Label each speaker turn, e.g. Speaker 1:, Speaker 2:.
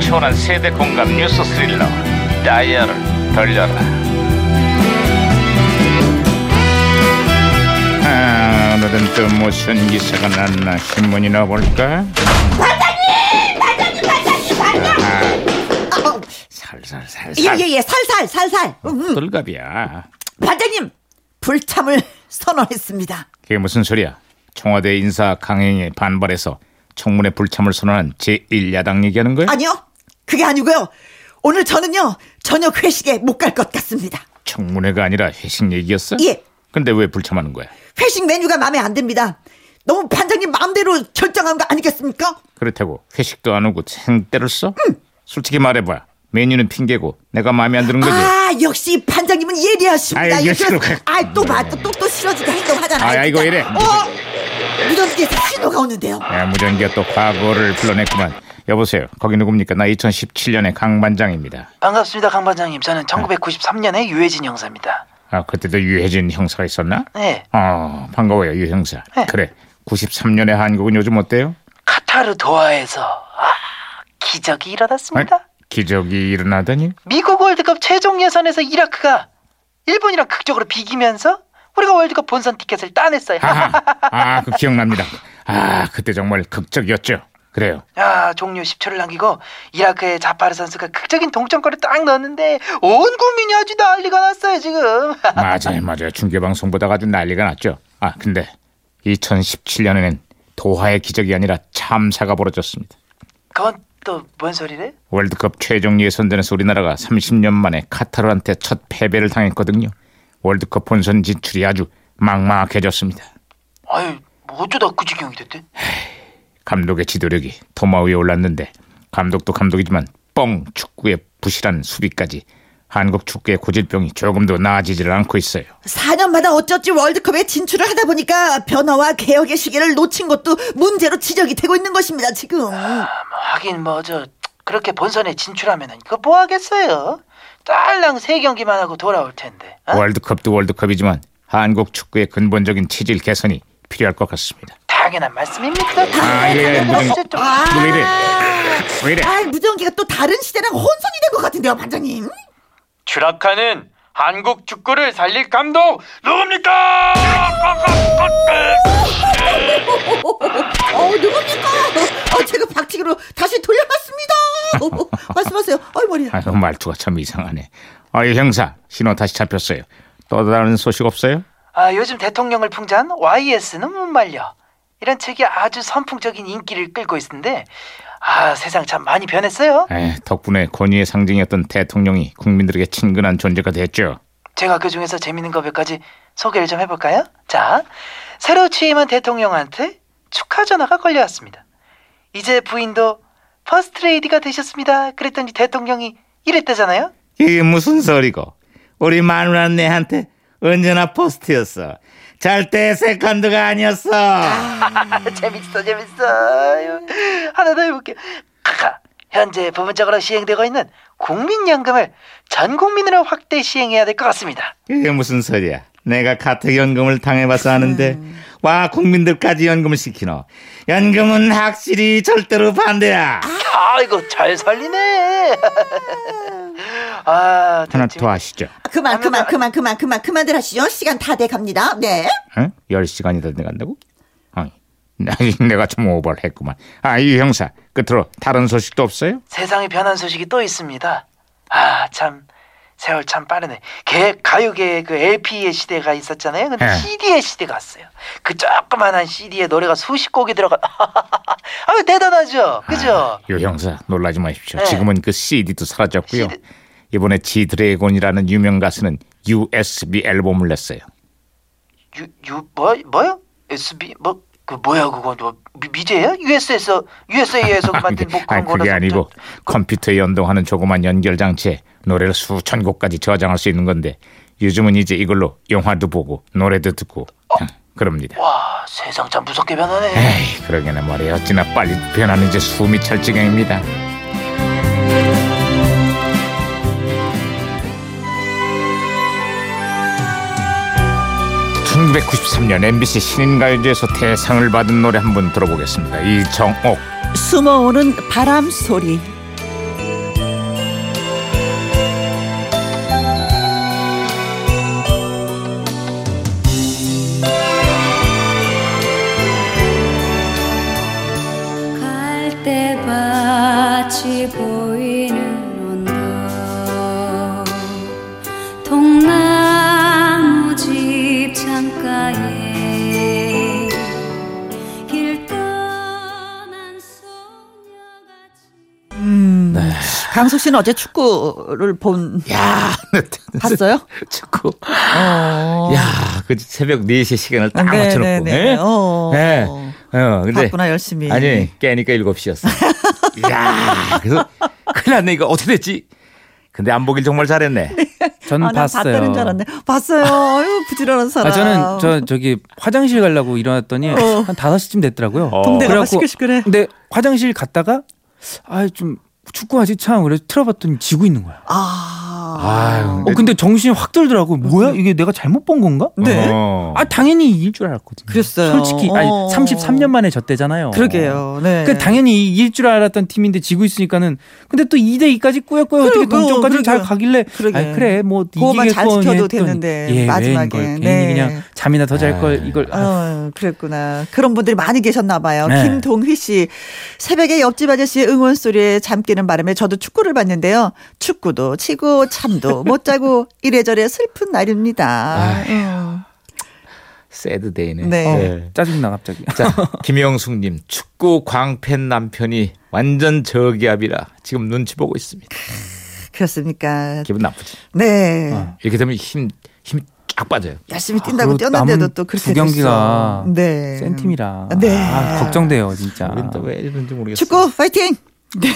Speaker 1: 시원한 세대 공감 뉴스 스릴러 다이얼을 돌려라 아, 오늘은 또 무슨 기사가 났나 신문이나 볼까?
Speaker 2: 어,
Speaker 1: 살살살살
Speaker 2: 예예예 살살 살살 음, 음.
Speaker 1: 돌갑이야
Speaker 2: 반장님 불참을 선언했습니다
Speaker 1: 그게 무슨 소리야 청와대 인사 강행에 반발해서 청문회 불참을 선언한 제1야당 얘기하는 거야?
Speaker 2: 아니요 그게 아니고요 오늘 저는요 저녁 회식에 못 갈 것 같습니다
Speaker 1: 청문회가 아니라 회식 얘기였어?
Speaker 2: 예.
Speaker 1: 근데 왜 불참하는 거야?
Speaker 2: 회식 메뉴가 마음에 안 듭니다 너무 반장님 마음대로 결정한 거 아니겠습니까
Speaker 1: 그렇다고 회식도 안 오고 생떼를 써? 솔직히 말해봐. 메뉴는 핑계고 내가 마음에 안 드는 거지.
Speaker 2: 아 역시 반장님은 예리하십니다
Speaker 1: 네. 아이, 역시로 가-
Speaker 2: 아또봐또또 싫어지게 행동하잖아요
Speaker 1: 아이, 아이고,
Speaker 2: 진짜.
Speaker 1: 이래.
Speaker 2: 어? 무전기에서 신호가 오는데요
Speaker 3: 아.
Speaker 1: 야, 무전기가 또 과거를 불러냈구만. 여보세요. 거기 누굽니까? 나 2017년의 강반장입니다.
Speaker 3: 반갑습니다, 강 반장님.
Speaker 1: 네.
Speaker 3: 저는 1993년에 유해진 형사입니다.
Speaker 1: 아 그때도 유해진 형사가 있었나?
Speaker 3: 네,
Speaker 1: 어 반가워요 유 형사.
Speaker 3: 네.
Speaker 1: 그래. 93년의 한국은 요즘 어때요?
Speaker 3: 카타르 도하에서 아, 기적이
Speaker 1: 아,
Speaker 3: 일어났습니다.
Speaker 1: 기적이 일어나더니
Speaker 3: 미국 월드컵 최종 예선에서 이라크가 일본이랑 극적으로 비기면서 우리가 월드컵 본선 티켓을 따냈어요.
Speaker 1: 하하. 아그 기억납니다. 아 그때 정말 극적이었죠. 그래요.
Speaker 3: 야, 종료 10초를 남기고 이라크의 자파르 선수가 극적인 동점골을 딱 넣었는데 온 국민이 아주 난리가 났어요, 지금.
Speaker 1: 맞아요, 맞아요. 중계방송보다가 아주 난리가 났죠. 아, 근데 2017년에는 도하의 기적이 아니라 참사가 벌어졌습니다.
Speaker 3: 그건 또 뭔 소리래?
Speaker 1: 월드컵 최종 예선전에서 우리나라가 30년 만에 카타르한테 첫 패배를 당했거든요. 월드컵 본선 진출이 아주 막막해졌습니다.
Speaker 3: 아유, 뭐 어쩌다 그 지경이 됐대?
Speaker 1: 감독의 지도력이 도마 위에 올랐는데 감독도 감독이지만 뻥 축구의 부실한 수비까지 한국 축구의 고질병이 조금도 나아지지를 않고 있어요.
Speaker 2: 4년마다 어쩌지 월드컵에 진출을 하다 보니까 변화와 개혁의 시기를 놓친 것도 문제로 지적이 되고 있는 것입니다 지금
Speaker 1: 아.
Speaker 3: 하긴 뭐 저 그렇게 본선에 진출하면은 그거 뭐 하겠어요? 딸랑 세 경기만 하고 돌아올 텐데. 어?
Speaker 1: 월드컵도 월드컵이지만 한국 축구의 근본적인 체질 개선이 필요할 것 같습니다.
Speaker 3: 당연한 말씀입니까?
Speaker 1: 아, 예, 무슨-
Speaker 3: 어째 좀-
Speaker 2: 아,
Speaker 1: 왜 이래? 왜 이래?
Speaker 2: 아, 무전기가 또 다른 시대랑 혼선이 된 것 같은데요, 반장님.
Speaker 3: 추락하는 한국 축구를 살릴 감독 누굽니까?
Speaker 2: 어, 누굽니까? 어, 제가 박치기로 다시 돌려봤습니다. 어, 말씀하세요. 어이, 머리야.
Speaker 1: 아유, 말투가 참 이상하네. 아유, 형사, 신호 다시 잡혔어요. 또 다른 소식 없어요?
Speaker 3: 아, 요즘 대통령을 풍자한 YS는 못 말려. 이런 책이 아주 선풍적인 인기를 끌고 있는데 아, 세상 참 많이 변했어요.
Speaker 1: 에, 덕분에 권위의 상징이었던 대통령이 국민들에게 친근한 존재가 됐죠.
Speaker 3: 제가 그 중에서 재밌는 거 몇 가지 소개를 좀 해볼까요? 자, 새로 취임한 대통령한테 축하 전화가 걸려왔습니다. 이제 부인도 퍼스트 레이디가 되셨습니다. 그랬더니 대통령이 이랬다잖아요.
Speaker 1: 이게 무슨 소리고? 우리 마누라네한테 언제나 포스트였어. 절대 세컨드가 아니었어.
Speaker 3: 재밌어, 재밌어. 아유, 하나 더 해볼게요. 카카. 현재 부분적으로 시행되고 있는 국민연금을 전 국민으로 확대 시행해야 될 것 같습니다.
Speaker 1: 이게 무슨 소리야? 내가 카트 연금을 당해봐서 아는데
Speaker 3: 음.
Speaker 1: 와 국민들까지 연금을 시키노. 연금은 확실히 절대로 반대야.
Speaker 3: 아이고, 그렇죠. 잘 살리네. 아,
Speaker 1: 하나
Speaker 3: 대체-
Speaker 1: 더 하시죠.
Speaker 2: 그만, 그만, 그만, 그만, 그만, 그만들 하시죠. 시간 다 돼 갑니다. 네.
Speaker 1: 응? 10시간이 더 내간다고? 아니, 내가 좀 오버를 했구만. 아, 이 형사, 끝으로 다른 소식도 없어요?
Speaker 3: 세상에 변한 소식이 또 있습니다. 아, 참 세월 참 빠르네. 개 가요계의 그 LP의 시대가 있었잖아요. 근데
Speaker 1: 예.
Speaker 3: CD의 시대가 왔어요. 그 조그만한 CD에 노래가 수십 곡이 들어가. 아유 대단하죠. 그죠?
Speaker 1: 아, 요 형사, 놀라지 마십시오.
Speaker 3: 네.
Speaker 1: 지금은 그 CD도 사라졌고요.
Speaker 3: CD
Speaker 1: 이번에 지드래곤이라는 유명 가수는 USB 앨범을 냈어요.
Speaker 3: 유유뭐 뭐요? SB 뭐 그 뭐야 그거 뭐 미- 미제예요? US에서 USA에서 만든 뭐
Speaker 1: 아니,
Speaker 3: 그런 거라서
Speaker 1: 그게 아니고 컴퓨터에 연동하는 조그만 연결 장치에 노래를 수천 곡까지 저장할 수 있는 건데 요즘은 이제 이걸로 영화도 보고 노래도 듣고 그럽니다.
Speaker 3: 와 세상 참 무섭게 변하네.
Speaker 1: 에이, 그러게나 말이야. 어찌나 빨리 변하는지 숨이 찰 지경입니다. (1993년) MBC 신인가요제에서 대상을 받은 노래 한번 들어보겠습니다 이정옥
Speaker 2: 숨어오는 바람 소리.
Speaker 4: 다시 보이는 언덕 동나무 집 창가에 길 떠난 소녀같이
Speaker 2: 음. 강석 씨는 어제 축구를 본
Speaker 1: 야, 그
Speaker 2: 봤어요?
Speaker 1: 축구.
Speaker 2: 어.
Speaker 1: 야, 그 새벽 4시 시간을 딱
Speaker 2: 네,
Speaker 1: 맞춰놓고.
Speaker 2: 네, 네.
Speaker 1: 예?
Speaker 2: 어.
Speaker 1: 예. 어, 근데
Speaker 2: 봤구나 열심히.
Speaker 1: 아니 깨니까 7시였어. 야, 그래서 큰일 났네 이거 어떻게 됐지? 근데 안 보길 정말 잘했네.
Speaker 5: 전
Speaker 2: 아, 난
Speaker 5: 음, 봤어요.
Speaker 2: 봤다는 줄 알았네. 봤어요. 아유, 부지런한
Speaker 5: 아,
Speaker 2: 사람.
Speaker 5: 저는 저 저기 화장실 가려고 일어났더니
Speaker 2: 어.
Speaker 5: 한 5시쯤 됐더라고요.
Speaker 1: 어.
Speaker 2: 동대가
Speaker 5: 그래갖고 음.
Speaker 2: 시끌시끌해.
Speaker 5: 근데 화장실 갔다가 아 좀 축구하지 참 그래서 틀어봤더니 지고 있는 거야.
Speaker 1: 음.
Speaker 2: 아.
Speaker 5: 어 근데 정신이 확 들더라고. 뭐야? 이게 내가 잘못 본 건가?
Speaker 2: 네.
Speaker 1: 어.
Speaker 5: 아 당연히 이길 줄 알았거든요.
Speaker 2: 그랬어요.
Speaker 5: 솔직히 아니
Speaker 2: 어.
Speaker 5: 33년 만에 졌대잖아요.
Speaker 2: 그러게요. 네.
Speaker 5: 그 당연히 이길 줄 알았던 팀인데 지고 있으니까는 근데 또 2대 2까지 꾸역꾸역 어떻게
Speaker 2: 그러게요.
Speaker 5: 동점까지 잘
Speaker 2: 그러니까, 그러게요.
Speaker 5: 가길래
Speaker 2: 그러게.
Speaker 5: 아 그래 뭐
Speaker 2: 그거만 잘
Speaker 5: 이기겠건
Speaker 2: 지켜도
Speaker 5: 했더니
Speaker 2: 됐는데,
Speaker 5: 예,
Speaker 2: 마지막에.
Speaker 5: 마지막에 걸 괜히
Speaker 2: 네.
Speaker 5: 그냥 잠이나 더 잘 걸
Speaker 1: 아.
Speaker 5: 이걸 아,
Speaker 2: 어, 그랬구나. 그런 분들이 많이 계셨나 봐요.
Speaker 5: 네.
Speaker 2: 김동휘 씨. 새벽에 옆집 아저씨의 응원 소리에 잠 깨는 바람에 저도 축구를 봤는데요. 축구도 치고 잠도 못 자고 이래저래 슬픈 날입니다. 음.
Speaker 1: 새드데이네.
Speaker 2: 네. 어.
Speaker 1: 예.
Speaker 5: 짜증나 갑자기.
Speaker 1: 자, 김영숙님 축구 광팬 남편이 완전 저기압이라 지금 눈치 보고 있습니다.
Speaker 2: 그렇습니까?
Speaker 1: 기분 나쁘지.
Speaker 2: 네.
Speaker 1: 이렇게 되면 힘 힘 쫙 빠져요.
Speaker 2: 열심히 뛴다고
Speaker 5: 어. 그리고
Speaker 2: 뛰었는데도
Speaker 5: 남은
Speaker 2: 또 그렇게
Speaker 5: 두 경기가
Speaker 2: 됐어. 네.
Speaker 5: 센 팀이라
Speaker 2: 네.
Speaker 5: 아, 걱정돼요 진짜.
Speaker 1: 우린 또왜 이러는지 모르겠어요.
Speaker 2: 축구 파이팅! 네.